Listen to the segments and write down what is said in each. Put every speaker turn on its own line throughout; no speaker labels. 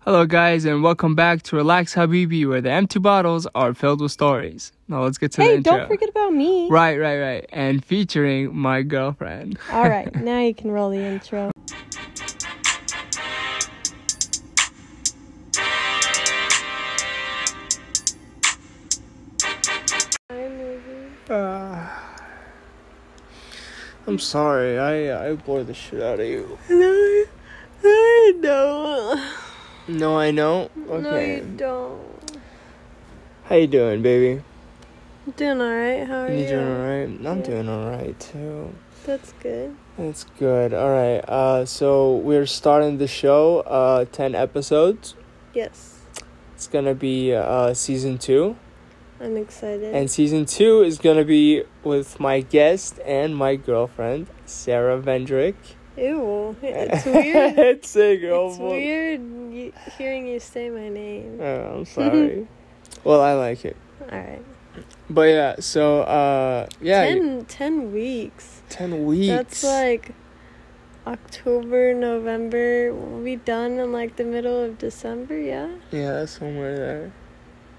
Hello, guys, and welcome back to Relax Habibi, where the empty bottles are filled with stories. Now let's get to the
Hey,
intro.
don't forget about me.
Right, right, right, and featuring my girlfriend.
All right, now you can roll the intro.
Uh, I'm sorry, I I bore the shit out of you.
No, I don't.
No, I know.
don't.
How you doing, baby?
Doing all right. How are
alright? I'm
Yeah. doing
all right too.
That's good.
That's good. All right. Uh, so we're starting the show. Uh, ten episodes.
Yes,
It's gonna be uh season two,
I'm excited.
and season two is gonna be with my guest and my girlfriend Sarah Vendrick.
Ew, it's weird.
it's a girl.
it's weird y- hearing you say my name.
Oh, I'm sorry. well, I like it.
All right.
But yeah. So uh, yeah.
Ten, ten weeks.
10 weeks.
That's like October, November. We'll be done in like the middle of December, yeah?
yeah, that's somewhere there.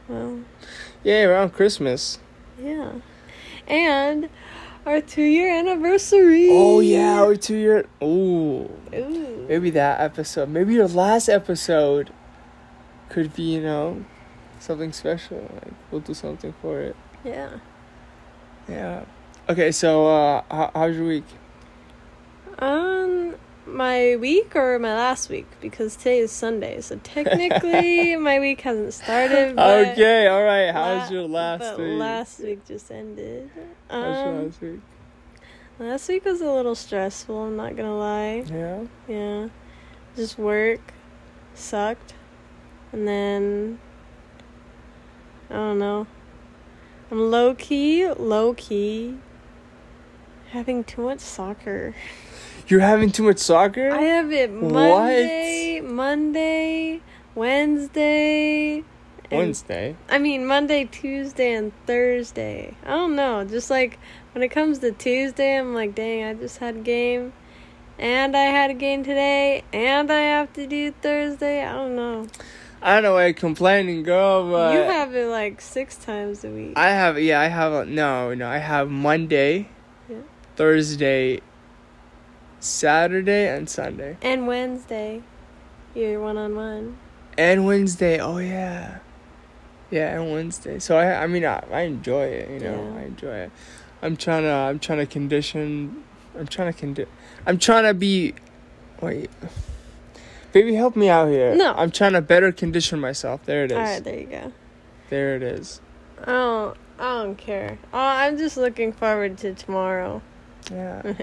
Well,
Yeah, around Christmas.
yeah. And our two year anniversary.
Oh yeah, or two year. Ooh.
Ooh.
Maybe that episode, maybe your last episode could be, you know, something special. Like, we'll do something for it.
Yeah.
Yeah. Okay, so, uh, how, how's your week?
Um, my week or my last week? Because today is Sunday, so technically my week hasn't started. But
okay, alright, how's
la-
your last
but
week?
Last week just ended.
how's your
Um,
last week?
last week was a little stressful, I'm not gonna lie.
Yeah.
Yeah. Just work sucked. And then I don't know. I'm low key, low key having too much soccer.
You're having too much soccer?
I have it
What?
Monday, Monday, Wednesday. and-
Wednesday.
I mean Monday, Tuesday and Thursday. I don't know. Just like when it comes to Tuesday, I'm like, "Dang, I just had a game." And I had a game today, and I have to do Thursday. I don't know.
I don't know why you're complaining, girl, but.
you have it like six times a week.
I have yeah, I have a, no, no, I have Monday,
Yeah.
Thursday, Saturday and Sunday.
and Wednesday, you're one on one.
And Wednesday. Oh yeah. Yeah, and Wednesday. So I I mean I, I enjoy it, you know.
Yeah.
I enjoy it. I'm trying to I'm trying to condition I'm trying to condi- I'm trying to be wait. Baby, help me out here.
No.
I'm trying to better condition myself. There it is.
All right, there you go.
There it is.
Oh, I don't care. Oh, I'm just looking forward to tomorrow
Yeah.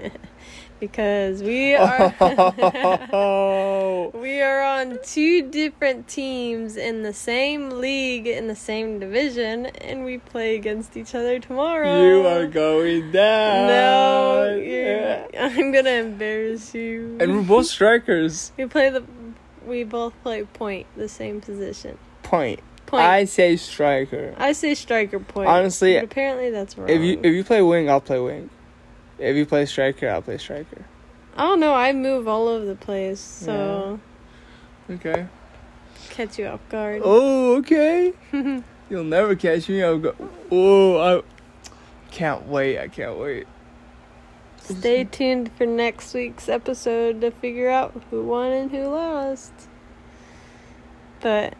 because we are
oh.
we are on two different teams in the same league in the same division, and we play against each other tomorrow.
You are going down.
No, you're,
Yeah.
I'm gonna embarrass you.
And we're both strikers.
We play the. We both play point, the same position.
Point.
Point.
I
I,
say striker.
say striker point.
Honestly,
but apparently that's wrong.
If you if you play wing, I'll play wing. If you play striker, I'll play striker.
I don't know. I move all over the place, so
Okay.
catch you off guard.
Oh, okay. You'll never catch me. I'll go. Oh, I can't wait. I can't wait.
Stay tuned for next week's episode to figure out who won and who lost. But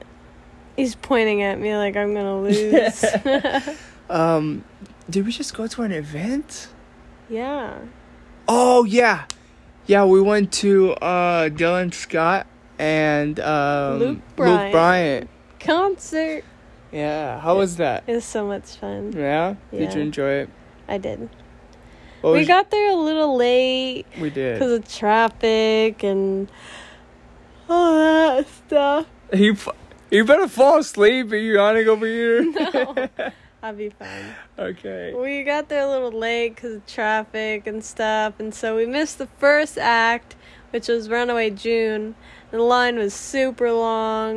he's pointing at me like I'm gonna lose.
Um, did we just go to an event?
yeah.
Oh yeah, yeah. We went to uh Dylan Scott and um,
Luke Bryant.
Bryant.
Concert
Yeah. How was that?
is so much fun.
Yeah? Did you
Yeah.
enjoy it?
I did.
What
we
was-
got there a little late
We
because
did.
of traffic and all that stuff.
You, f- you better fall asleep. Are you yawning over here?
No, I'll be fine.
Okay.
We got there a little late because of traffic and stuff, and so we missed the first act, which was Runaway June. The line was super long.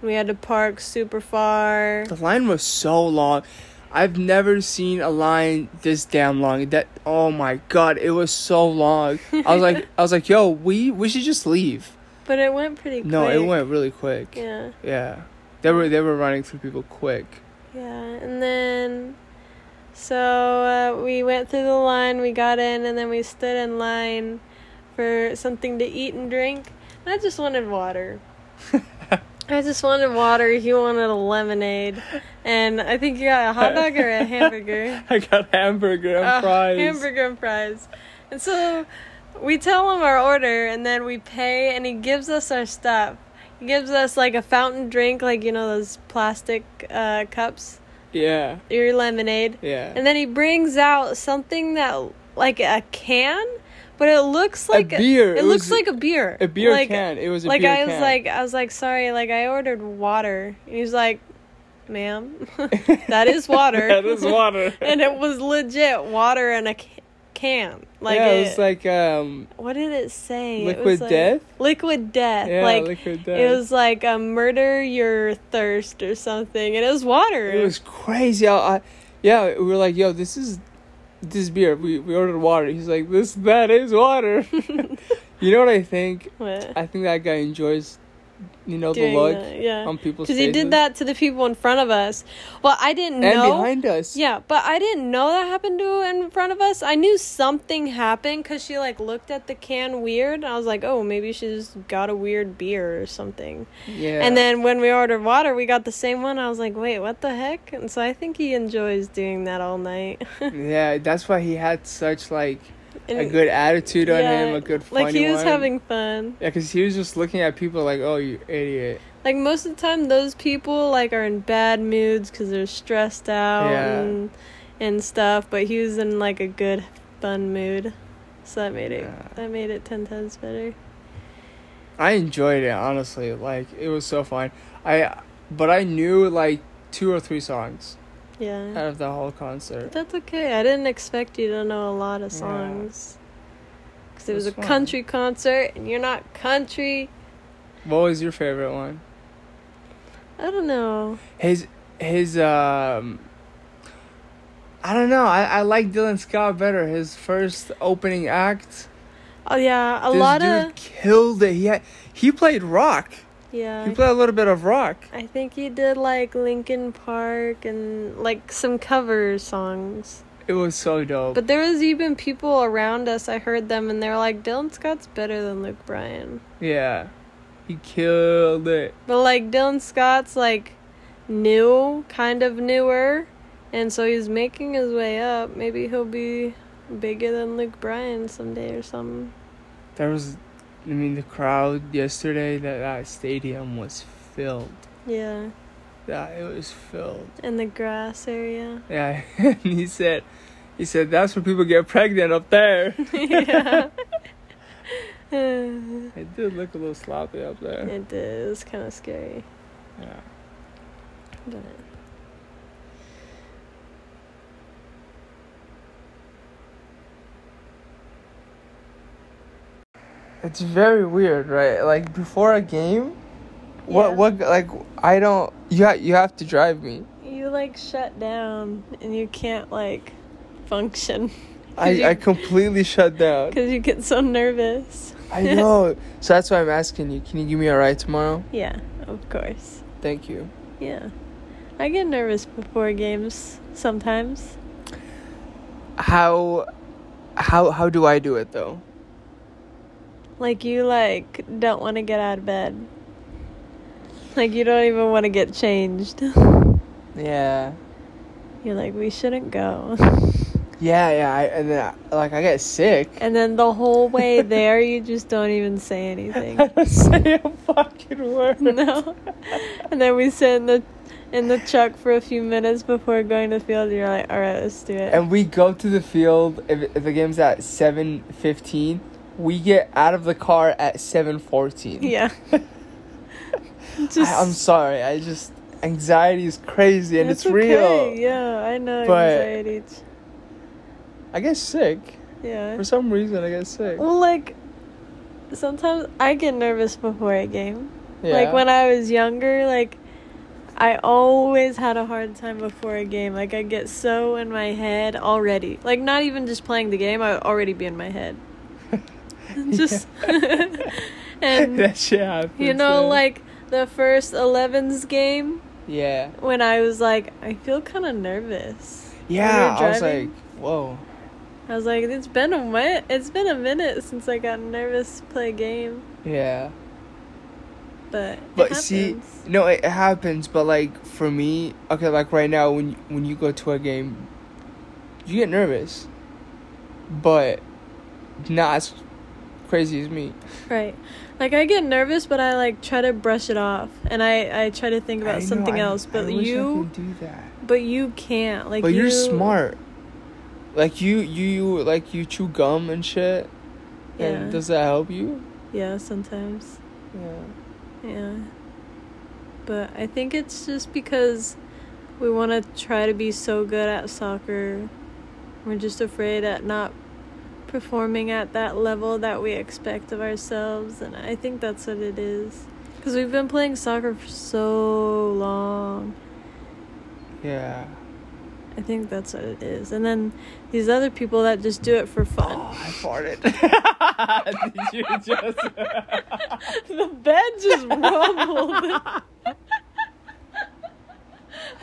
and We had to park super far.
The line was so long. I've never seen a line this damn long. That oh my god, it was so long. I was like, I was like, yo, we we should just leave.
but it went pretty quick.
No, it went really quick. Yeah.
Yeah.
They were they were running through people quick.
Yeah, and then so uh, we went through the line, we got in, and then we stood in line for something to eat and drink. And I just wanted water. I just wanted water. He wanted a lemonade, and I think you got a hot dog or a hamburger.
I got hamburger and
Uh,
fries.
Hamburger and fries. And so we tell him our order, and then we pay, and he gives us our stuff. He gives us like a fountain drink, like you know those plastic uh, cups
Yeah.
your lemonade.
Yeah.
And then he brings out something that like a can, but it looks like
beer.
It,
It
looks
was
like a beer.
a beer
like,
can. It was a
like
beer
I was
can.
like I was like sorry, like I ordered water. And he's like, "Ma'am, that is water."
that is water.
and it was legit water in a ca- can. Like
yeah,
it,
it was like um
what did it say? It
Liquid
was, like,
death?
Liquid death.
yeah,
like
liquid
it
death.
was like a murder your thirst or something, and it was water.
It was crazy. I, I- yeah, we were like, yo, this is this beer. We we ordered water. He's like, this that is water. you know what I think?
What?
I think that guy enjoys, you know,
Doing
the look
that, yeah.
on people's
because he
faces.
did that to the people in front of us. Well, I didn't
and
know.
behind us.
yeah, but I didn't know that happened to in front of us. I knew something happened because she like looked at the can weird. And I was like, oh, maybe she's got a weird beer or something.
Yeah.
And then when we ordered water, we got the same one. I was like, wait, what the heck? And so I think he enjoys doing that all night.
yeah, that's why he had such like a
And-
good attitude on
yeah,
him, a good funny
like he was
one.
having fun.
yeah, because he was just looking at people like, "Oh, you idiot!"
Like most of the time, those people like are in bad moods because they're stressed out
Yeah.
and and stuff. But he was in like a good, fun mood, so that made
Yeah.
it that made it ten times better.
I enjoyed it honestly. Like it was so fun. I but I knew like two or three songs
Yeah,
out of the whole concert.
that's okay. I didn't expect you to know a lot of
Yeah.
songs because it
It
was,
was
a
fun.
country concert, and you're not country.
What was your favorite one?
I don't know.
His his um. I don't know. I, I like Dylan Scott better. His first opening act,
Oh yeah, a
this
lot
dude
of
killed it. He had, he played rock. He
yeah.
played a little bit of rock.
I think he did like Linkin Park and like some cover songs.
It was so dope.
But there was even people around us. I heard them, and they're like, "Dylan Scott's better than Luke Bryan."
yeah, he killed it.
But like Dylan Scott's like new, kind of newer, and so he's making his way up. Maybe he'll be bigger than Luke Bryan someday or something.
There was, I mean, the crowd yesterday. That that stadium was filled.
Yeah,
That it was filled.
in the grass area.
Yeah, and he said, he said that's where people get pregnant up there.
yeah.
It did look a little sloppy up there.
it is kind of scary.
Yeah.
But
It's very weird, right? Like before a game, what
Yeah.
what like I don't. You ha- you have to drive me.
you like shut down, and you can't like function.
I,
you-
I completely shut down.
Because you get so nervous.
I know. So that's why I'm asking you. Can you give me a ride tomorrow?
Yeah, of course.
Thank you.
Yeah. I get nervous before games sometimes.
How, how how do I do it though?
Like, you, like, don't want to get out of bed. Like, you don't even want to get changed.
Yeah.
You're like, we shouldn't go.
Yeah, yeah. I, and then I, like I get sick.
And then the whole way there, you just don't even say anything.
I don't say a fucking word.
No. And then we sit in the in the truck for a few minutes before going to the field. And you're like, all right, let's do it.
And we go to the field. If, if the game's at seven fifteen, we get out of the car at seven fourteen.
yeah.
I, I'm sorry. I just anxiety is crazy and
That's
it's real.
okay, Yeah, I know
But-
anxiety. ch-
I get sick
Yeah.
for some reason. I get sick.
Well, like sometimes I get nervous before a game.
Yeah.
Like when I was younger, like I always had a hard time before a game. Like I get so in my head already. Like not even just playing the game, I would already be in my head. just and
that shit happens.
you know,
yeah.
like the first 11s game
yeah,
when I was like, I feel kind of nervous.
yeah.
we were
I was like,
driving-
whoa.
I was like, it's been a mi- it's been a minute since I got nervous to play a game,
Yeah,
but it
but see,
happens.
no, it, it happens. But like for me, okay, like right now, when when you go to a game, you get nervous, but not as crazy as me.
right? Like I get nervous, but I like try to brush it off, and I I try to think
I
about
know,
something
I-
else. But
I wish I
you,
could do that.
but you can't. Like
but you're
you-
smart. Like you, you, you, like you chew gum and shit.
Yeah,
And does that help you?
yeah. Sometimes,
Yeah.
yeah. But I think it's just because we want to try to be so good at soccer, we're just afraid at not performing at that level that we expect of ourselves, and I think that's what it is. Because we've been playing soccer for so long.
Yeah.
I think that's what it is. And then these other people that just do it for fun.
I farted. Did you just?
the bed just rumbled.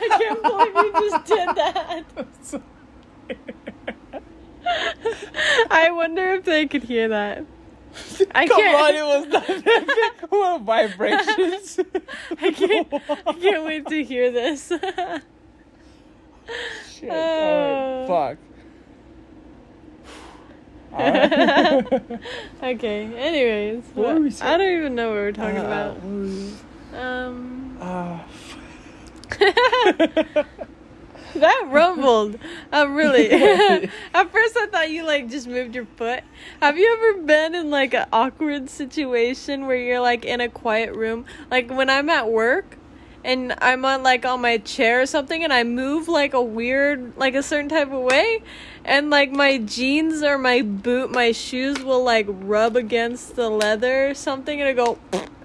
I can't believe you just did that. I wonder if they could hear that. I
Come on,
can't-
it was nothing. what vibrations?
I can't, I can't wait to hear this.
Shit. alright,
Oh.
fuck. Alright.
okay, anyways.
What
what-
were we saying?
I don't even know what we're talking
Uh,
about. Um,
uh,
that rumbled. Oh, really? At first, I thought you like just moved your foot. Have you ever been in like an awkward situation where you're like in a quiet room? Like when I'm at work and I'm on like on my chair or something and I move like a weird, like a certain type of way, and like my jeans or my boot, my shoes will like rub against the leather or something and I go.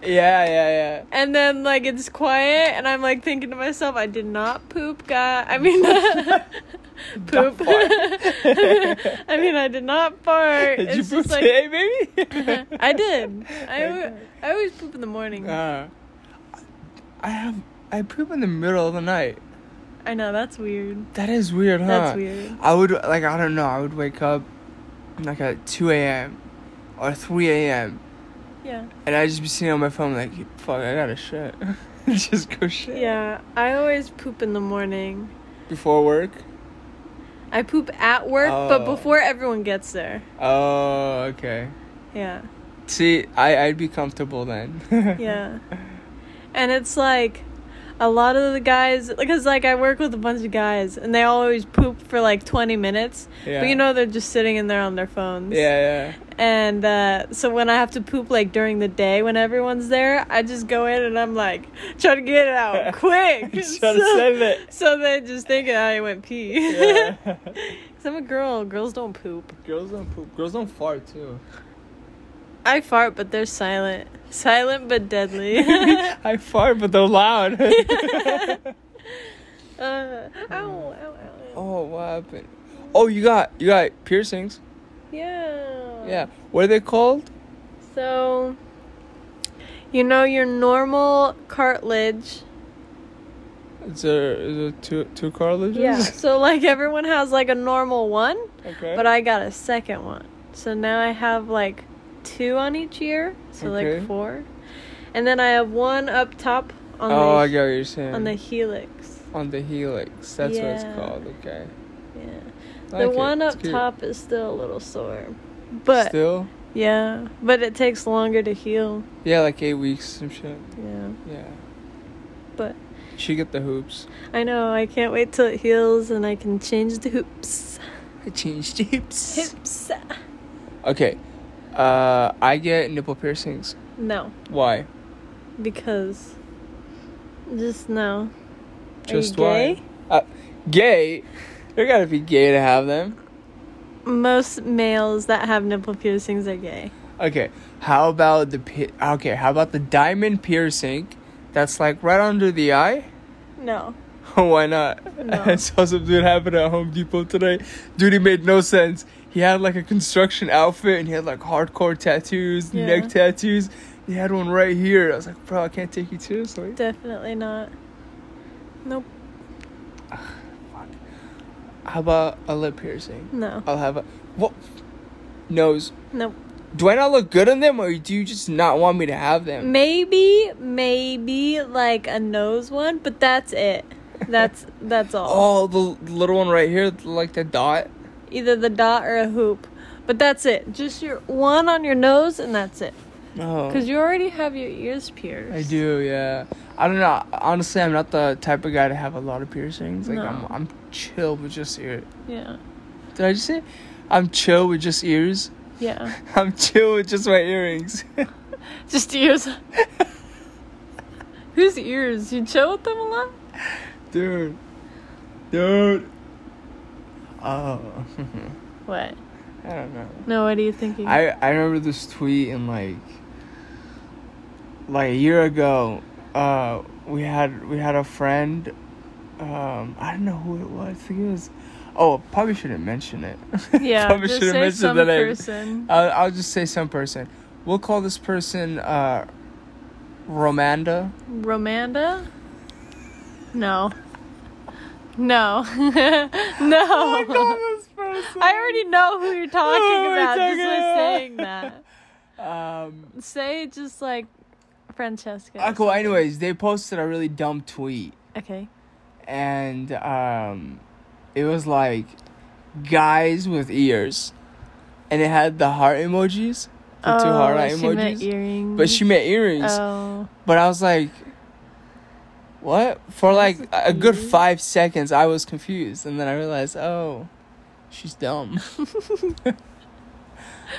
yeah, yeah,
And then like it's quiet, and I'm like thinking to myself, I did not poop, guy. I mean, poop.
fart.
I mean, I did not fart.
yeah. Did
It's
you poop
just like-
today, baby?
I did. I,
Okay.
al- I always poop in the morning.
Uh, I have I poop in the middle of the night.
I know that's weird.
That is weird, huh?
That's weird.
I would like I don't know. I would wake up like at two a.m. or three a.m.
Yeah.
and I'd just be sitting on my phone like, fuck, I gotta shit. just go shit.
Yeah. I always poop in the morning.
Before work.
I poop at work, but
Oh.
before everyone gets there.
Oh, okay.
Yeah.
See, I I'd be comfortable then.
yeah and it's like a lot of the guys because like i work with a bunch of guys and they always poop for like 20 minutes
Yeah.
but you know they're just sitting in there on their phones
Yeah,
and uh, so when i have to poop like during the day when everyone's there i just go in and i'm like try to get it out quick
yeah. Just
so,
trying to save it.
so they just think i went pee
Yeah.
'Cause i'm a girl girls don't poop
Girls don't poop. Girls don't fart too.
i fart but they're silent silent but deadly
I fart, but they're loud.
Uh, ow, ow, ow, ow.
Oh, what happened? Oh, you got you got piercings.
Yeah.
Yeah. What are they called?
So, you know your normal cartilage.
Is there, is there two two cartilages?
so like everyone has like a normal one,
okay.
but I got a second one. So now I have like two on each ear, so
Okay.
like four, and then I have one up top on
oh,
the
I get what you're saying.
on the helix.
on the helix. That's what it's
Yeah.
called. Okay.
Yeah.
Like
the
it.
one
It's
up
cute.
top is still a little sore, but
still,
yeah, but it takes longer to heal.
yeah, like eight weeks some shit.
Yeah,
Yeah.
but
She get the hoops.
I know. I can't wait till it heals and I can change the hoops.
I changed hoops.
Hoops.
Okay. Uh, I get nipple piercings.
No,
Why?
because just no.
Just
Are you
why? Uh, gay. There gotta be gay to have them.
gay? Most males that have nipple piercings are gay.
Okay, how about the pi- okay? How about the diamond piercing? That's like right under the eye.
No.
Why not?
No.
I saw some dude happen at Home Depot today. Dude, he made no sense. He had like a construction outfit and he had like hardcore tattoos,
Yeah.
neck tattoos, They had one right here. I was like, bro, I can't take you seriously.
Definitely not. Nope.
How about a lip piercing?
No.
I'll have a what nose.
Nope.
Do I not look good in them, or do you just not want me to have them?
Maybe, maybe like a nose one, but that's it. That's that's all.
Oh, the little one right here, like the dot.
Either the dot or a hoop, but that's it. Just your one on your nose, and that's it. Cause
Oh,
you already have your ears pierced.
I do. Yeah, I don't know. Honestly, I'm not the type of guy to have a lot of piercings. Like I'm,
No.
I'm chill with just ears.
Yeah.
Did I just say? I'm chill with just ears.
Yeah.
I'm chill with just my earrings.
Just ears. Whose ears? You chill with them a lot?
Dude. Dude. Oh.
What?
I don't know.
No, what are you thinking?
I, I remember this tweet in like like a year ago. Uh, we had we had a friend. Um, I don't know who it was. I think it was. Oh, probably shouldn't mention it.
yeah,
probably
just
shouldn't
say
mention
some
the name.
person.
I'll, I'll just say some person. We'll call this person uh, Romanda.
Romanda? No. No. no. Oh. I already know who you're talking
Who are we
about just
talking
by
about?
saying that.
Um,
Say just like Francesca. or
uh, cool.
something.
Anyways, they posted a really dumb tweet,
Okay.
and um, it was like guys with ears, and it had the heart emojis, the two heart
Oh,
emojis.
she meant earrings.
but she meant earrings.
Oh.
But I was like, what? For
Guys
like
with
a good
ears?
five seconds, I was confused, and then I realized, oh, she's dumb.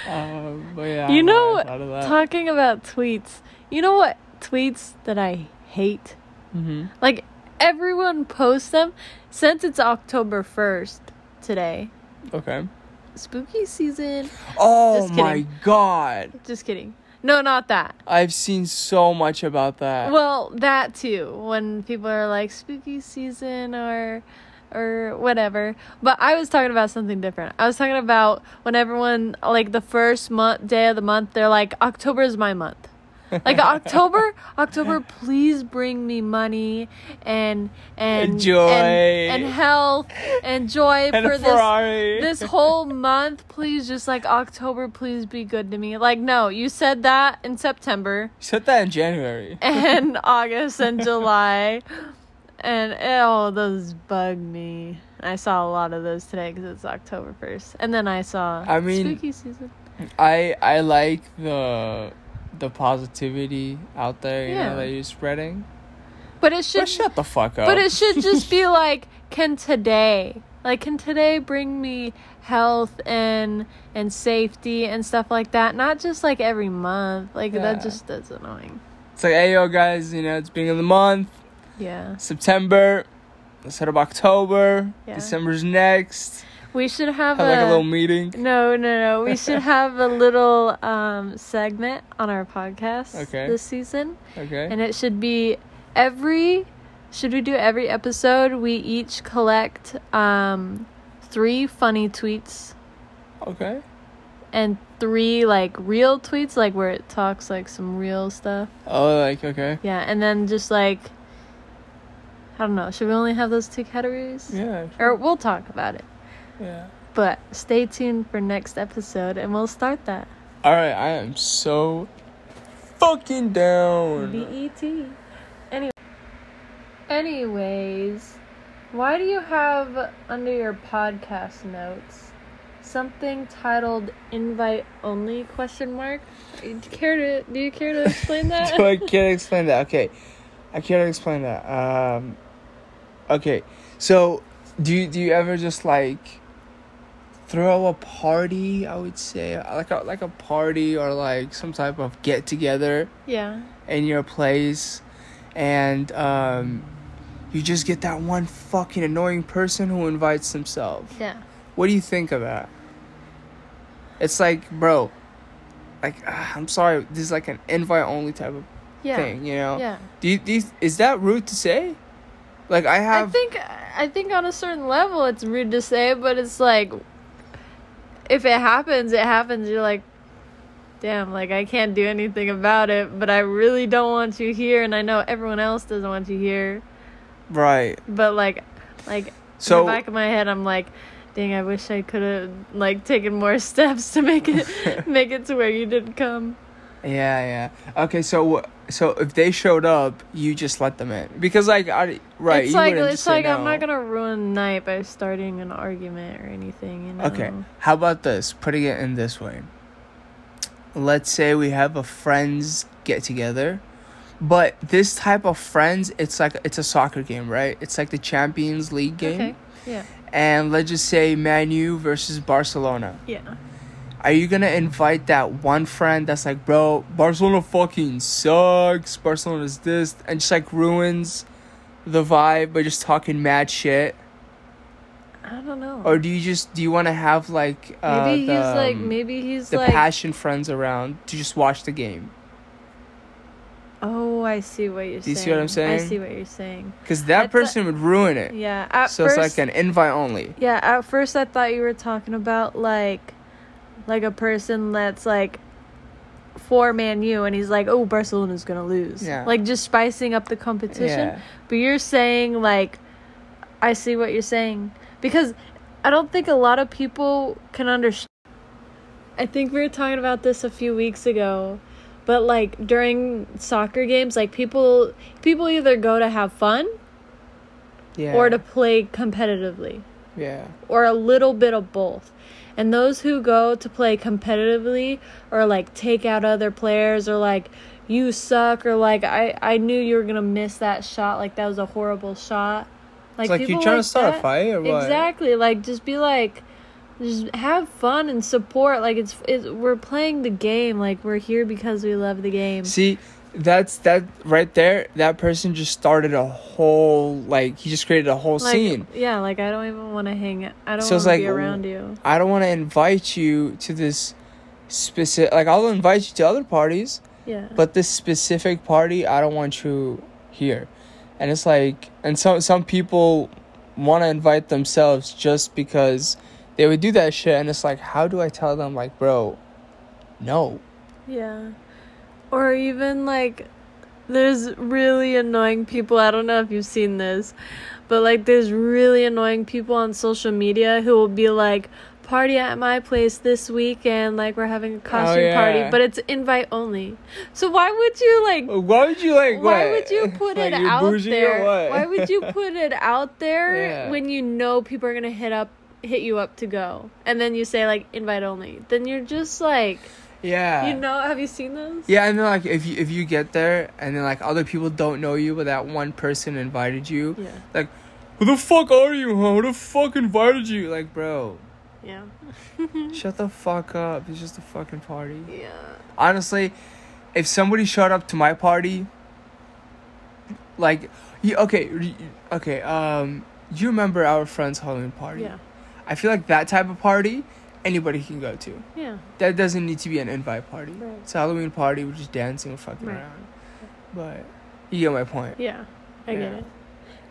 um, but yeah, I
You
don't
know,
I thought of that.
Talking about tweets. You know what tweets that I hate?
Mhm.
Like everyone posts them since it's October 1st today.
Okay.
Spooky season.
Oh
Just kidding.
my god.
Just kidding. No, not that.
I've seen so much about that.
Well, that too. When people are like spooky season or or whatever. But I was talking about something different. I was talking about when everyone like the first month day of the month they're like October is my month. Like October, October, please bring me money and and and-
Joy.
and, health and joy
and
for
a
this
Ferrari.
this whole month, please just like October, please be good to me. Like, no, you said that in September
Said that in January.
and August and July, and oh, those bug me. I saw a lot of those today because it's October first, and then I saw
I mean-
spooky season.
I I like the the positivity out there, you
Yeah.
know, that you're spreading.
But it
But
should,
shut the fuck up.
but it should just be like, can today, like, can today bring me health and and safety and stuff like that? Not just like every month. Like
Yeah.
that just that's annoying.
It's like, hey yo guys, you know, it's beginning of the month,
Yeah.
September, let's hit up October,
Yeah.
December's next.
We should have,
Have like a little meeting.
No, no, no. We should have a little um, segment on our podcast
Okay.
this season,
Okay.
and it should be every. Should we do every episode? We each collect um, three funny tweets
Okay.
and three like real tweets, like where it talks like some real stuff.
Oh like okay.
Yeah, and then just like I don't know. Should we only have those two categories?
Yeah.
Or we'll talk about it.
Yeah.
But stay tuned for next episode, and we'll start that.
Alright, I am so fucking down.
B-E-T. Anyway. Anyways, why do you have under your podcast notes something titled "invite only?" question mark? Do you care to Do you care to explain that?
so I can't explain that. Okay, I can't explain that. Um, okay, so do you, do you ever just like throw a party? I would say like a, like a party or like some type of get together
yeah.
in your place, and um, you just get that one fucking annoying person who invites themselves.
Yeah.
What do you think of that? It's like, bro, like ah, I'm sorry, this is like an invite only type of
Yeah.
thing, you know?
Yeah.
Do you, do you- is that rude to say? Like I have
I think I think on a certain level it's rude to say, but it's like if it happens, it happens. You're like, damn, like I can't do anything about it, but I really don't want you here and I know everyone else doesn't want you here.
Right.
But like like
So
in the back of my head I'm like, dang, I wish I could have like taken more steps to make it make it to where you didn't come.
yeah, yeah. Okay, so wh- so if they showed up, you just let them in because like I right.
It's
you
like
wouldn't
it's
just say
like I'm
no.
not gonna ruin the night by starting an argument or anything, you know.
Okay, how about this? Putting it in this way. Let's say we have a friends get together, but this type of friends, it's like it's a soccer game, right? It's like the Champions League game,
Okay. Yeah.
and let's just say Manu versus Barcelona.
Yeah.
Are you gonna invite that one friend that's like, bro, Barcelona fucking sucks. Barcelona's this, and just like ruins the vibe by just talking mad shit?
I don't know.
Or do you just do you want to have like uh,
maybe
the,
he's like
um,
maybe he's
the
like
passion friends around to just watch the game
Oh, I see what you're
Do you
saying.
see what I'm
I
saying?
see what you're saying.
because that
I thought-
person would ruin it.
Yeah. At
so
first,
it's like an invite only.
yeah. At first, I thought you were talking about like, like a person that's like, for Man U, and he's like, oh, Barcelona's gonna lose.
Yeah.
Like just spicing up the competition.
Yeah,
But you're saying like, I see what you're saying because I don't think a lot of people can understand. I think we were talking about this a few weeks ago, but like during soccer games, like people people either go to have fun
yeah,
or to play competitively
yeah,
or a little bit of both. And those who go to play competitively or like take out other players or like you suck or like I I knew you were going to miss that shot like that was a horrible shot.
It's like you trying to start a
that-
fight or what?
Exactly. Like just be like just have fun and support like it's, it's we're playing the game like we're here because we love the game.
See, that's that right there. That person just started a whole like he just created a whole
like,
scene.
Yeah, like I don't even want to hang I don't
So
want
it's
to be
like,
around you.
I don't want to invite you to this specific. Like I'll invite you to other parties,
Yeah.
but this specific party I don't want you here. And it's like, and some some people want to invite themselves just because they would do that shit. And it's like, how do I tell them like, bro, no.
Yeah. Or even like there's really annoying people. I don't know if you've seen this, but like there's really annoying people on social media who will be like party at my place this weekend like we're having a costume
Oh, yeah.
party, but it's invite only. So why would you like
Why would you like?
why
what?
would you put
Like,
it
you're
out
bougie or
there?
what?
Why would you put it out there
Yeah.
when you know people are going to hit up hit you up to go and then you say like invite only. Then you're just like
yeah.
you know, have you seen those?
Yeah, and then like if you if you get there and then like other people don't know you, but that one person invited you.
Yeah.
Like, who the fuck are you? Huh? Who the fuck invited you? Like, bro,
Yeah.
shut the fuck up. It's just a fucking party.
Yeah.
Honestly, if somebody showed up to my party, like, you, okay, re- okay, um, you remember our friend's Halloween party?
Yeah.
I feel like that type of party anybody can go to.
Yeah.
that doesn't need to be an invite party.
Right.
It's a Halloween party. We're just dancing, we're fucking
Right.
around. But you get my point.
Yeah. I get
Yeah.
it.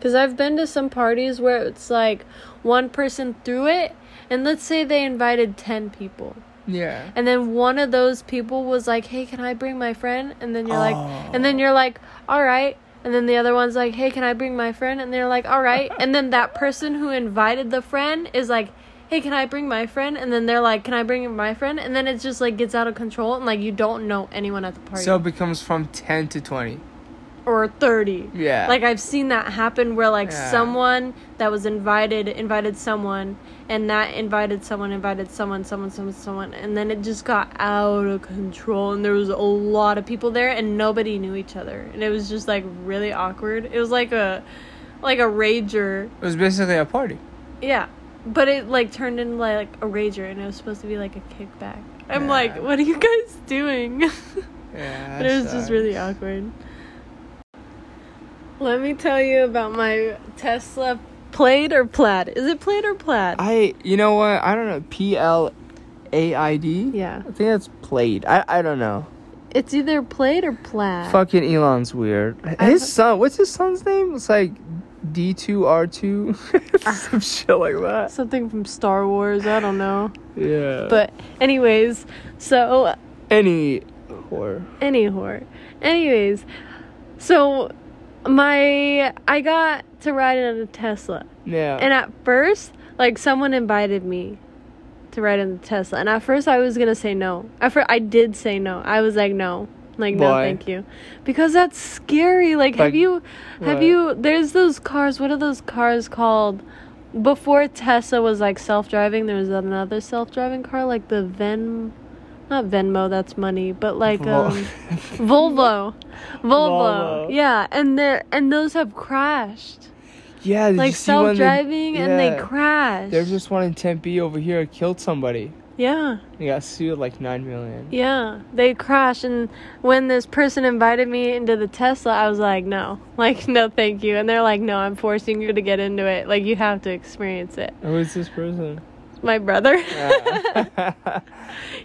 Cuz I've been to some parties where it's like one person threw it and let's say they invited 10 people.
Yeah.
And then one of those people was like, "Hey, can I bring my friend?" And then you're like and then you're like, "All right." And then the other one's like, "Hey, can I bring my friend?" And they're like, "All right." And then that person who invited the friend is like, "Hey, can I bring my friend?" And then they're like, "Can I bring my friend?" And then it just like gets out of control and like you don't know anyone at the party
So it becomes from ten to twenty.
or 30.
Yeah.
Like I've seen that happen where like
Yeah.
someone that was invited invited someone and that invited someone invited someone someone someone someone and then it just got out of control and there was a lot of people there and nobody knew each other and it was just like really awkward. It was like a like a rager.
it was basically a party.
Yeah. But it like turned into like a rager and it was supposed to be like a kickback. I'm
Yeah.
like, what are you guys doing?
Yeah.
But it was just really awkward. Let me tell you about my Tesla plate or plaid. Is it plate or plaid?
I you know what I don't know P L A I D.
Yeah.
I think that's played. I I don't know.
It's either plate or plaid.
Fucking Elon's weird.
I-
His son. What's his son's name? It's like D two R two. Some shit like that.
Something from Star Wars, I don't know.
Yeah.
But anyways, so
Any whore.
any whore. Anyways, so my I got to ride in a Tesla.
Yeah.
And at first, like someone invited me to ride in the Tesla, and at first I was gonna say no. At first, I did say no. I was like, no, like no,
Why?
thank you, because that's scary. Like,
Like,
have you, have
what?
you? There's those cars. What are those cars called? Before Tesla was like self driving, there was another self driving car, like the Ven, not Venmo, that's money, but like
Vol-
um, Volvo, Volvo,
Volvo.
yeah, and there and those have crashed
yeah. Did you
like
see when they-
self driving and they
yeah.
crash.
There's just one in Tempe over here killed somebody.
yeah,
He got sued like nine million.
yeah, they crash. And when this person invited me into the Tesla, I was like, no, like no, thank you. And they're like, no, I'm forcing you to get into it. Like you have to experience it.
Who is this person?
My brother,
Yeah.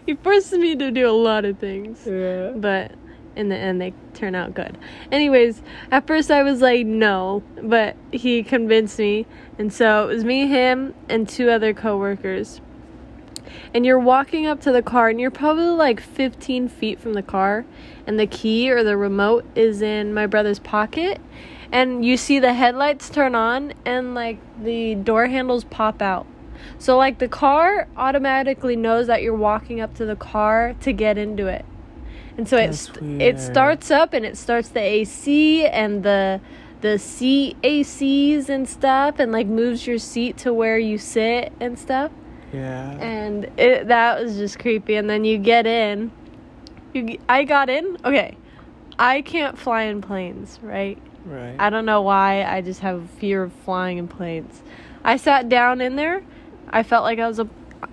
he forces me to do a lot of things.
yeah.
but in the end they turn out good. Anyways, at first I was like no, but he convinced me, and so it was me, him, and two other coworkers. And you're walking up to the car, and you're probably like 15 feet from the car, and the key or the remote is in my brother's pocket, and you see the headlights turn on, and like the door handles pop out. So, like, the car automatically knows that you're walking up to the car to get into it. And so it,
That's
st-
weird.
it starts up and it starts the AC and the the seat ACs and stuff and like moves your seat to where you sit and stuff
Yeah.
and it, that was just creepy and then you get in you g- I got in okay I can't fly in planes right
Right.
I don't know why. I just have a fear of flying in planes. I sat down in there. I felt like I was a,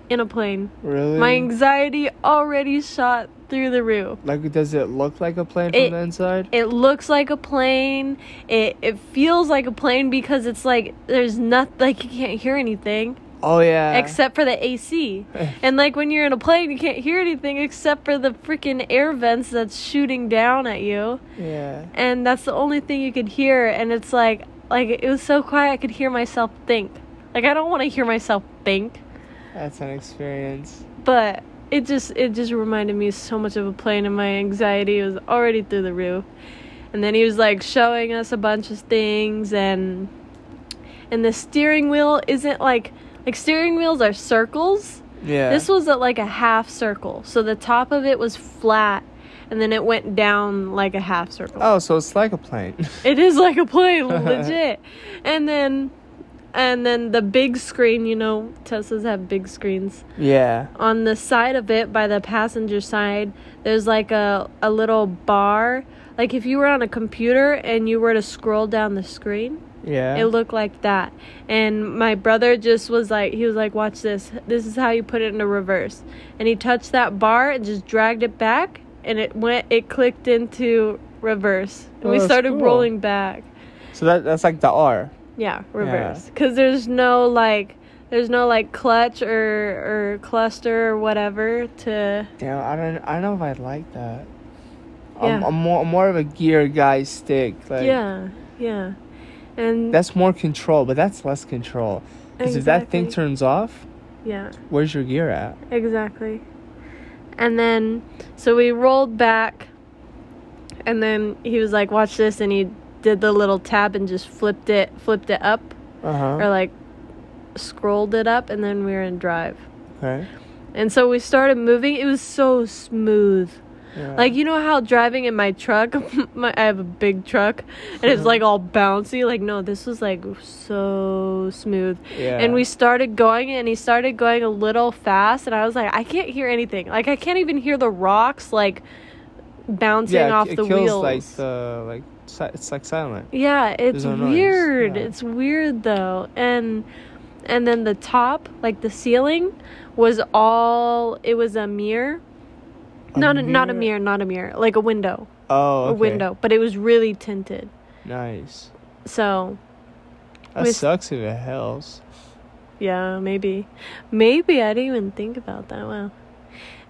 in a plane.
really?
My anxiety already shot through the roof.
like, does it look like a plane
It-
from the inside?
It looks like a plane. It it feels like a plane because it's like there's not like you can't hear anything
Oh yeah.
except for the AC. and like when you're in a plane, you can't hear anything except for the freaking air vents that's shooting down at you.
Yeah.
and that's the only thing you could hear and it's like like it was so quiet i could hear myself think like i don't want to hear myself think
That's an experience.
but it just it just reminded me so much of a plane and my anxiety was already through the roof and then he was like showing us a bunch of things and and the steering wheel isn't like like steering wheels are circles
Yeah.
this was at like a half circle so the top of it was flat and then it went down like a half circle
Oh, so it's like a plane.
it is like a plane, legit. And then, and then the big screen. You know, Teslas have big screens.
yeah.
On the side of it, by the passenger side, there's like a a little bar. Like if you were on a computer and you were to scroll down the screen,
Yeah.
it looked like that. And my brother just was like, he was like, watch this. This is how you put it into reverse. And he touched that bar and just dragged it back, and it went, it clicked into reverse. And
Oh,
we
that's
started
cool.
rolling back.
so that that's like the R.
Yeah, reverse. Because there's no like, there's no like clutch or or cluster or whatever to.
Damn, I don't I don't know if I'd like that. I'm,
Yeah.
I'm more I'm more of a gear guy stick. Like
yeah, yeah, and
that's more control, but that's less control. Because if that thing
Exactly.
turns off,
yeah.
where's your gear at?
Exactly. And then, so we rolled back, and then he was like, "Watch this," and he did the little tab and just flipped it, flipped it up,
Uh
or
huh.
like scrolled it up, and then we were in drive.
Okay.
And so we started moving. It was so smooth.
Yeah.
Like you know how driving in my truck, my, I have a big truck, and it's like all bouncy. Like no, this was like so smooth.
Yeah.
And we started going, and he started going a little fast, and I was like, I can't hear anything. Like I can't even hear the rocks like bouncing
yeah, it-
off
it
the
kills
wheels.
like the like si- it's like silent.
Yeah, it's
no noise,
weird.
yeah.
It's weird though. And and then the top, like the ceiling, was all it was a mirror. not a, not a mirror, not a mirror, like a window,
Oh,
a
okay.
window, but it was really tinted.
Nice.
So,
That
With-
sucks if it helps.
yeah, maybe. Maybe I didn't even think about that. Wow.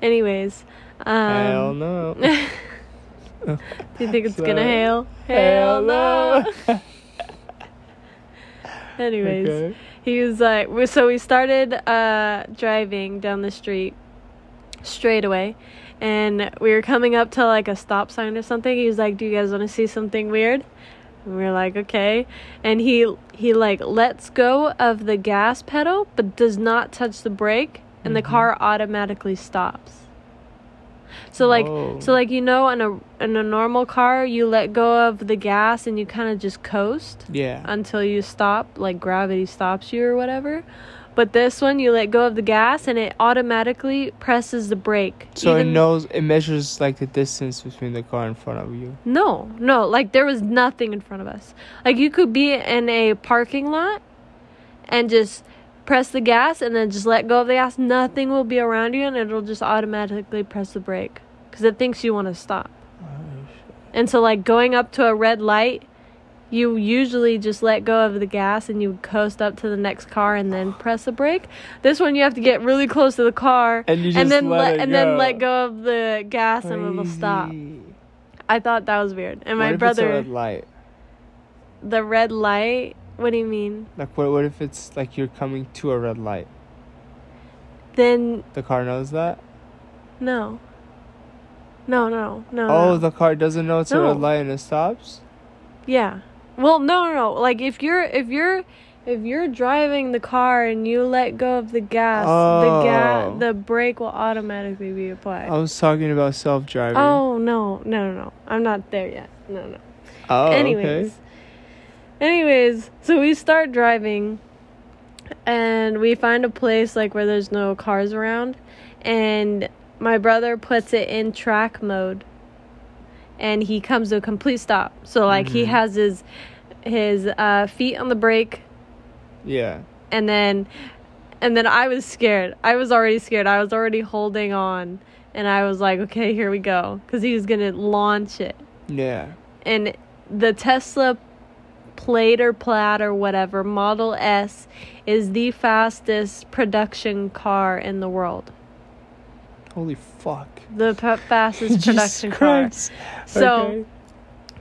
Anyways,
Hell
um
no.
do you think it's going to
So-
hail?
Hell no.
Anyways,
Okay.
he was like uh, we- so we started uh driving down the street straight away and we were coming up to like a stop sign or something. He was like, "Do you guys want to see something weird?" And we were like, "Okay." And he he like lets go of the gas pedal but does not touch the brake, and the car automatically stops. So like
Whoa.
so like you know in a in a normal car you let go of the gas and you kind of just coast
Yeah.
until you stop, like gravity stops you or whatever. But this one, you let go of the gas and it automatically presses the brake.
so it
Even-
knows it measures like the distance between the car in front of you.
No, no, like there was nothing in front of us. Like you could be in a parking lot and just press the gas and then just let go of the gas. Nothing will be around you and it'll just automatically press the brake because it thinks you want to stop. And so, like going up to a red light, you usually just let go of the gas and you coast up to the next car and then press the brake. This one, you have to get really close to the car
And you just
then
let it
and
go.
then let go of the gas and it'll stop. I thought that was weird. And my
what
brother,
If it's a red light.
the red light. What do you mean?
Like what? What if it's like you're coming to a red light?
Then
The car knows that.
no. No, no, no.
oh,
no.
the car doesn't know it's a
Uh, No.
red light and it stops.
Yeah. Well, no, no, no. Like if you're if you're if you're driving the car and you let go of the gas, the
Oh.
gas the brake will automatically be applied.
I was talking about self-driving.
Oh no, no, no, no. I'm not there yet. No, no.
Oh,
anyways.
okay.
Anyways, so we start driving and we find a place like where there's no cars around and my brother puts it in track mode and he comes to a complete stop. So like he
Mm-hmm.
has his his uh, feet on the brake
Yeah.
and then and then I was scared. I was already scared. I was already holding on and I was like, "Okay, here we go." Cuz he was going to launch it
Yeah.
and the Tesla plate or plaid or whatever Model S is the fastest production car in the world.
Holy fuck.
The p- fastest
Jesus
production car.
Christ.
So
Okay.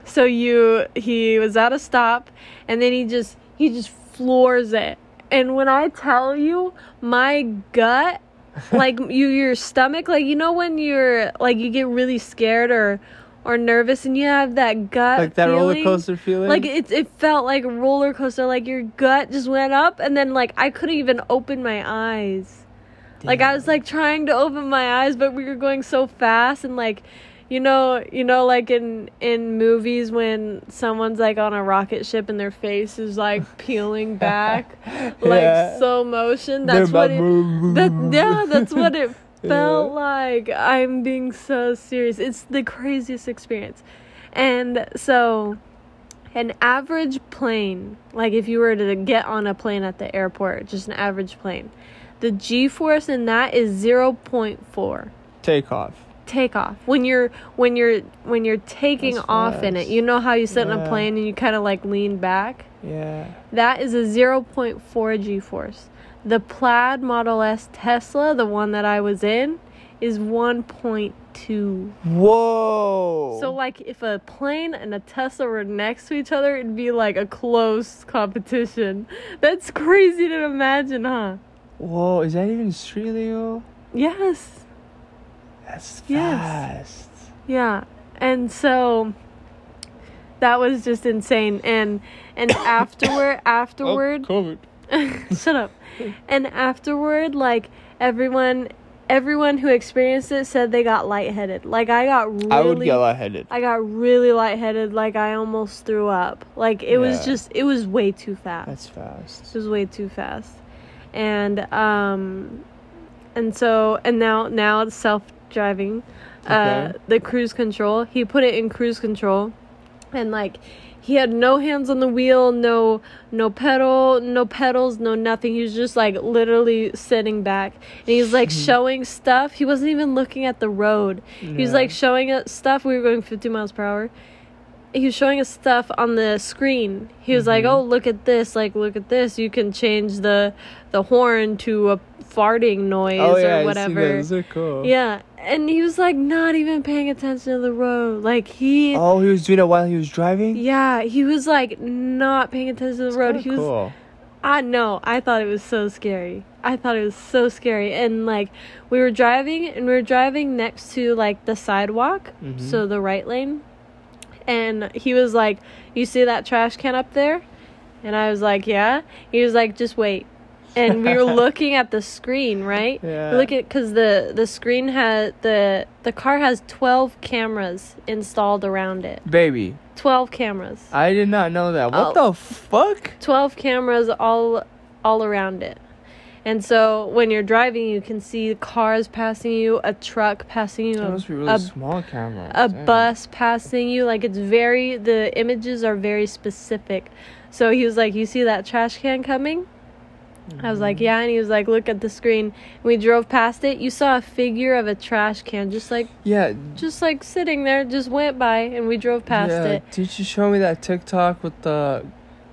so you he was at a stop and then he just he just floors it. And when I tell you my gut like you your stomach like you know when you're like you get really scared or or nervous and you have that gut
like that roller
feeling.
coaster feeling.
Like it, it felt like a roller coaster. Like your gut just went up, and then like I couldn't even open my eyes. Like I was like trying to open my eyes, but we were going so fast, and like, you know, you know, like in in movies when someone's like on a rocket ship and their face is like peeling back, like
Yeah.
slow motion. That's what it. That yeah, that's what it felt like. I'm being so serious. It's the craziest experience. And so, an average plane, like if you were to get on a plane at the airport, just an average plane, the G force in that is 0.4
Take off.
takeoff when you're when you're when you're taking
That's
off in it
fast.
you know how you sit in
Yeah.
a plane and you kind of like lean back
Yeah.
that is a 0.4 G force. The plaid Model S Tesla, the one that I was in, is 1.2.
Whoa.
So, like, if a plane and a Tesla were next to each other, it'd be like a close competition. That's crazy to imagine, huh?
Whoa. Is that even street legal?
Yes.
That's
Yes.
fast.
Yeah. And so that was just insane. And and afterward
Oh,
afterward
COVID.
Shut up. And afterward, like everyone, everyone who experienced it said they got lightheaded. Like I got really,
I would get lightheaded.
I got really lightheaded. Like I almost threw up. Like it was
Yeah.
just, it was way too fast.
That's fast.
It was way too fast. And um, and so and now now it's self driving. Uh,
Okay.
the cruise control. He put it in cruise control, and like he had no hands on the wheel, no no pedal, no pedals, no nothing. He was just like literally sitting back, and he's like showing stuff. He wasn't even looking at the road. He was
Yeah.
like showing us stuff. We were going 50 miles per hour. He was showing us stuff on the screen. He was
Mm-hmm.
like, "Oh, look at this! Like, look at this! You can change the the horn to a farting noise
Oh yeah,
or
I see
whatever."
those. They're cool.
Yeah, and he was like not even paying attention to the road. Like he,
Oh, he was doing it while he was driving.
yeah, he was like not paying attention to the road.
Kinda
He was.
Oh, cool.
I know. I thought it was so scary. I thought it was so scary. And like we were driving and we were driving next to like the sidewalk,
Mhm.
so the right lane. And he was like, "You see that trash can up there?" And I was like, "Yeah." He was like, "Just wait." And we were looking at the screen, right?
Yeah.
Look at cuz the the screen had the the car has 12 cameras installed around it.
Baby,
12 cameras.
I did not know that. What
Oh.
the fuck?
12 cameras all all around it. And so when you're driving, you can see cars passing you, a truck passing you,
That
a,
must be really
a-
small camera.
a
Damn.
bus passing you. Like it's very the images are very specific. So he was like, "You see that trash can coming?" I was
Mm.
like, "Yeah." And he was like, "Look at the screen." we drove past it. You saw a figure of a trash can just like
Yeah.
just like sitting there just went by and we drove past
yeah.
it.
Did you show me that TikTok with the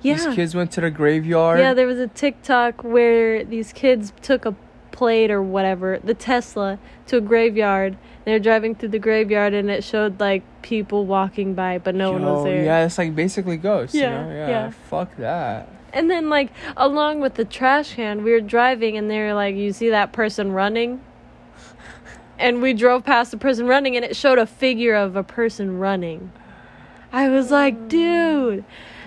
these
Yeah.
kids went to the graveyard?
Yeah, there was a TikTok where these kids took a plate or whatever, the Tesla, to a graveyard. They're driving through the graveyard and it showed like people walking by, but no one was
Yo,
there.
Yeah, it's like basically ghosts.
Yeah,
You know? yeah,
yeah.
Fuck that.
And then like along with the trash can, we were driving and they were like, "You see that person running?" And we drove past the person running and it showed a figure of a person running. I was like, "Dude."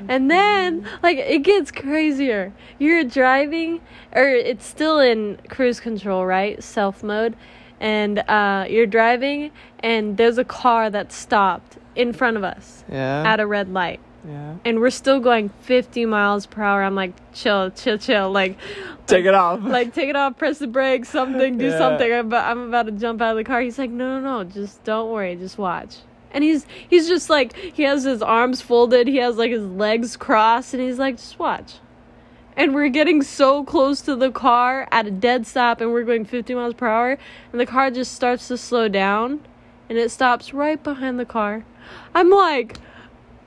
And then like it gets crazier. You're driving or it's still in cruise control, right? Self mode. And uh, you're driving and there's a car that stopped in front of us
Yeah.
at a red light
yeah.
and we're still going 50 miles per hour. I'm like, chill, chill, chill. Like,
Take it off.
like take it off, press the brakes, something, do
Yeah.
something. I'm about, I'm about to jump out of the car. He's like, no, no, no, just don't worry, just watch. And he's he's just like he has his arms folded, he has like his legs crossed, and he's like, just watch. And we're getting so close to the car at a dead stop, and we're going 50 miles per hour, and the car just starts to slow down, and it stops right behind the car. I'm like,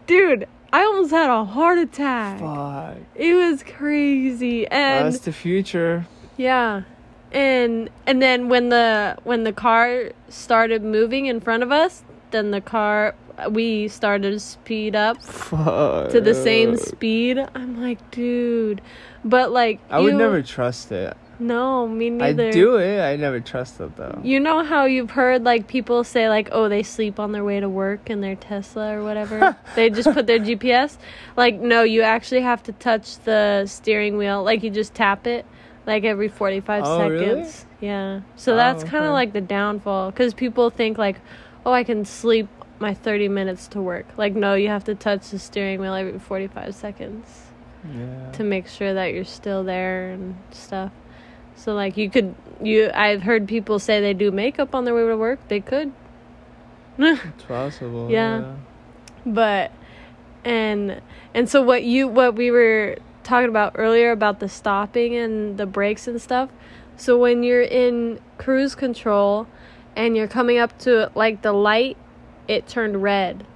dude, I almost had a heart attack.
Fuck.
It was crazy, and
That's the future.
yeah. And and then when the when the car started moving in front of us, then the car we started to speed up
Fuck.
to the
Uh.
same speed. I'm like, dude. But like
I would
you-
never trust it.
No, me neither.
I do it. I never trust it though.
You know how you've heard like people say like, "Oh, they sleep on their way to work in their Tesla or whatever. they just put their GPS." Like, no, you actually have to touch the steering wheel. Like you just tap it like every 45
Oh, really?
seconds. Yeah. So
Oh,
that's kind of
okay.
like the downfall cuz people think like, "Oh, I can sleep my 30 minutes to work." Like, no, you have to touch the steering wheel every 45 seconds
yeah.
to make sure that you're still there and stuff. So like you could you I've heard people say they do makeup on their way to work. They could.
It's possible.
Yeah. but and and so what you what we were talking about earlier about the stopping and the brakes and stuff. So when you're in cruise control and you're coming up to like the light, it turned red.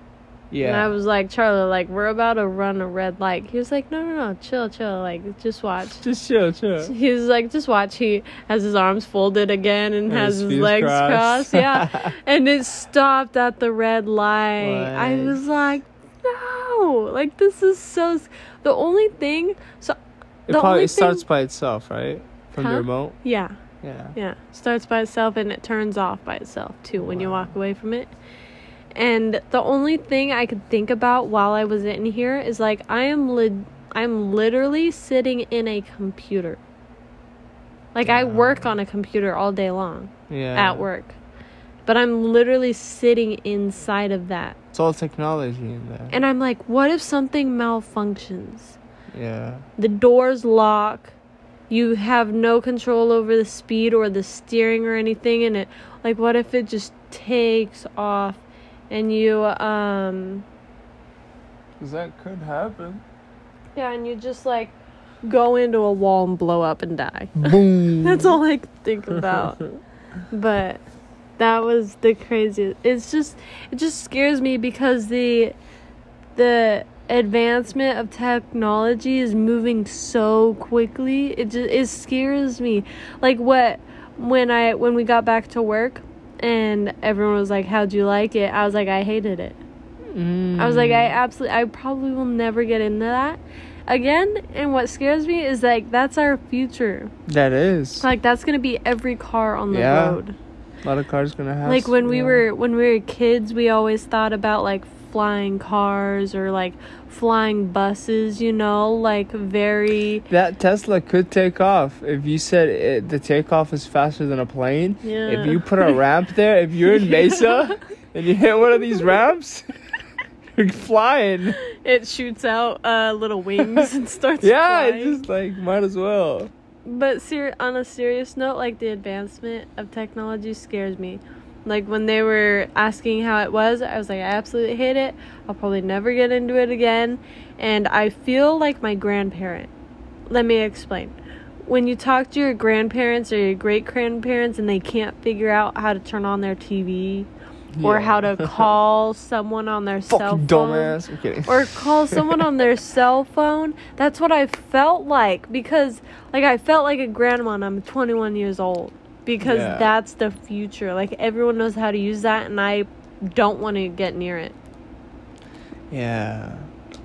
Yeah.
And I was like, Charlie, like we're about to run a red light. He was like, No, no, no, chill, chill, like just watch.
Just chill, chill.
He's like, just watch. He has his arms folded again and,
And
has
his
his,
feet
legs
crossed.
crossed. Yeah. and it stopped at the red light. I
What?
was like, no. Like, this is so. s- The only thing. So,
It
the
probably
only
it starts
thing-
by itself, right? From the
Huh?
remote.
yeah.
Yeah.
Yeah. Starts by itself and it turns off by itself too when you
Wow.
walk away from it. And the only thing I could think about while I was in here is like I am lit I'm literally sitting in a computer. Like I work on a computer all day long
Yeah.
at work. But I'm literally sitting inside of that.
It's all technology in there.
And I'm like, what if something malfunctions?
yeah.
the doors lock you have no control over the speed or the steering or anything in it like what if it just takes off and you um
Cause that could happen.
yeah and you just like go into a wall and blow up and die
Boom.
that's all i could think about but that was the craziest it's just it just scares me because the the advancement of technology is moving so quickly it just it scares me like what when i when we got back to work and everyone was like how'd you like it
Mm.
i was like i hated it i was like i absolutely i probably will never get into that again. And what scares me is like that's our future.
That is
Like that's gonna be every car on the
Yeah.
road.
a lot of cars gonna have.
like when we
yeah.
were when we were kids, we always thought about like flying cars or like flying buses. You know, like very
That Tesla could take off if you said it, the takeoff is faster than a plane.
yeah.
If you put a ramp there, if you're in Mesa and you hit one of these ramps, you're flying.
it shoots out uh, little wings and starts.
Yeah,
flying.
it's just like might as well.
But ser- on a serious note, like the advancement of technology scares me. Like when they were asking how it was, I was like, I absolutely hate it. I'll probably never get into it again. And I feel like my grandparent. Let me explain. When you talk to your grandparents or your great grandparents and they can't figure out how to turn on their TV or
Yeah.
how to call someone on their cell
Fucking
phone
dumbass. I'm kidding.
or call someone on their cell phone. That's what I felt like because like I felt like a grandma and I'm 21 years old because
Yeah.
that's the future. Like everyone knows how to use that and I don't want to get near it.
yeah.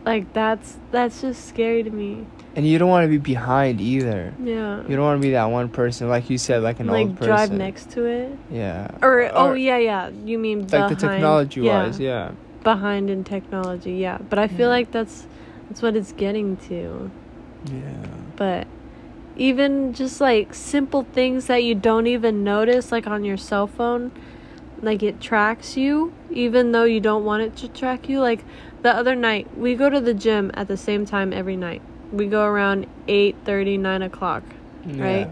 Like that's that's just scary to me.
And you don't want to be behind either.
Yeah.
You don't want to be that one person, like you said, like an
like
old person.
drive next to it
Yeah.
or, oh yeah yeah you mean
Like
behind,
the technology wise, yeah.
behind in technology yeah but I feel
Yeah.
like that's that's what it's getting to
Yeah.
but even just like simple things that you don't even notice like on your cell phone like it tracks you even though you don't want it to track you like the other night we go to the gym at the same time every night we go around 8 9 o'clock Right?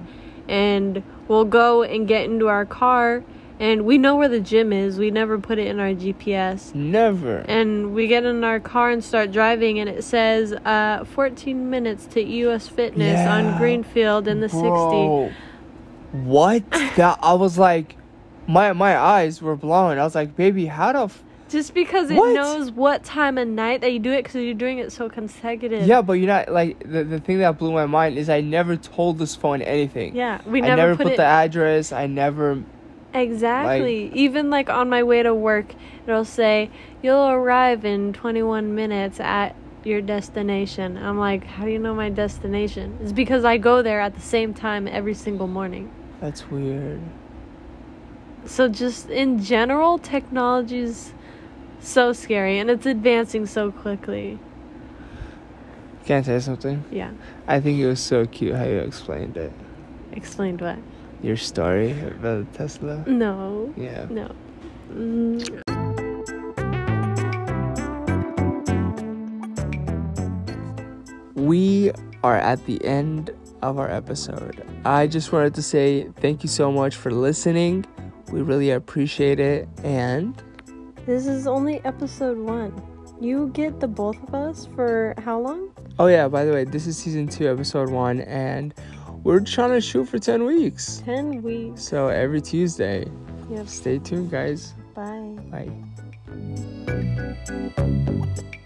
and we'll go and get into our car and we know where the gym is we never put it in our gps
Never.
and we get in our car and start driving and it says uh, 14 minutes to us fitness on
Yeah.
greenfield in the 60
Bro, What? that I was like my my eyes were blown. I was like, baby, how the f-
just because it
What?
knows what time of night that you do it because you're doing it so consecutive
Yeah, but you're not like the, the thing that blew my mind is I never told this phone anything.
yeah we
I
never,
never
put,
put,
it
the address. I never.
exactly even like on my way to work it'll say you'll arrive in 21 minutes at your destination i'm like how do you know my destination it's because i go there at the same time every single morning
That's weird.
So just in general, technology's so scary and it's advancing so quickly.
Can I say something?
Yeah.
I think it was so cute how you explained it.
Explained what?
Your story about Tesla.
No.
Yeah.
No. Mm,
We are at the end of our episode. I just wanted to say thank you so much for listening. We really appreciate it. And
This is only episode one. You get the both of us for how long?
oh, yeah, by the way, this is season two, episode one, and we're trying to shoot for 10 weeks.
10 weeks.
So every Tuesday,
Yep.
stay tuned, guys.
Bye.
Bye.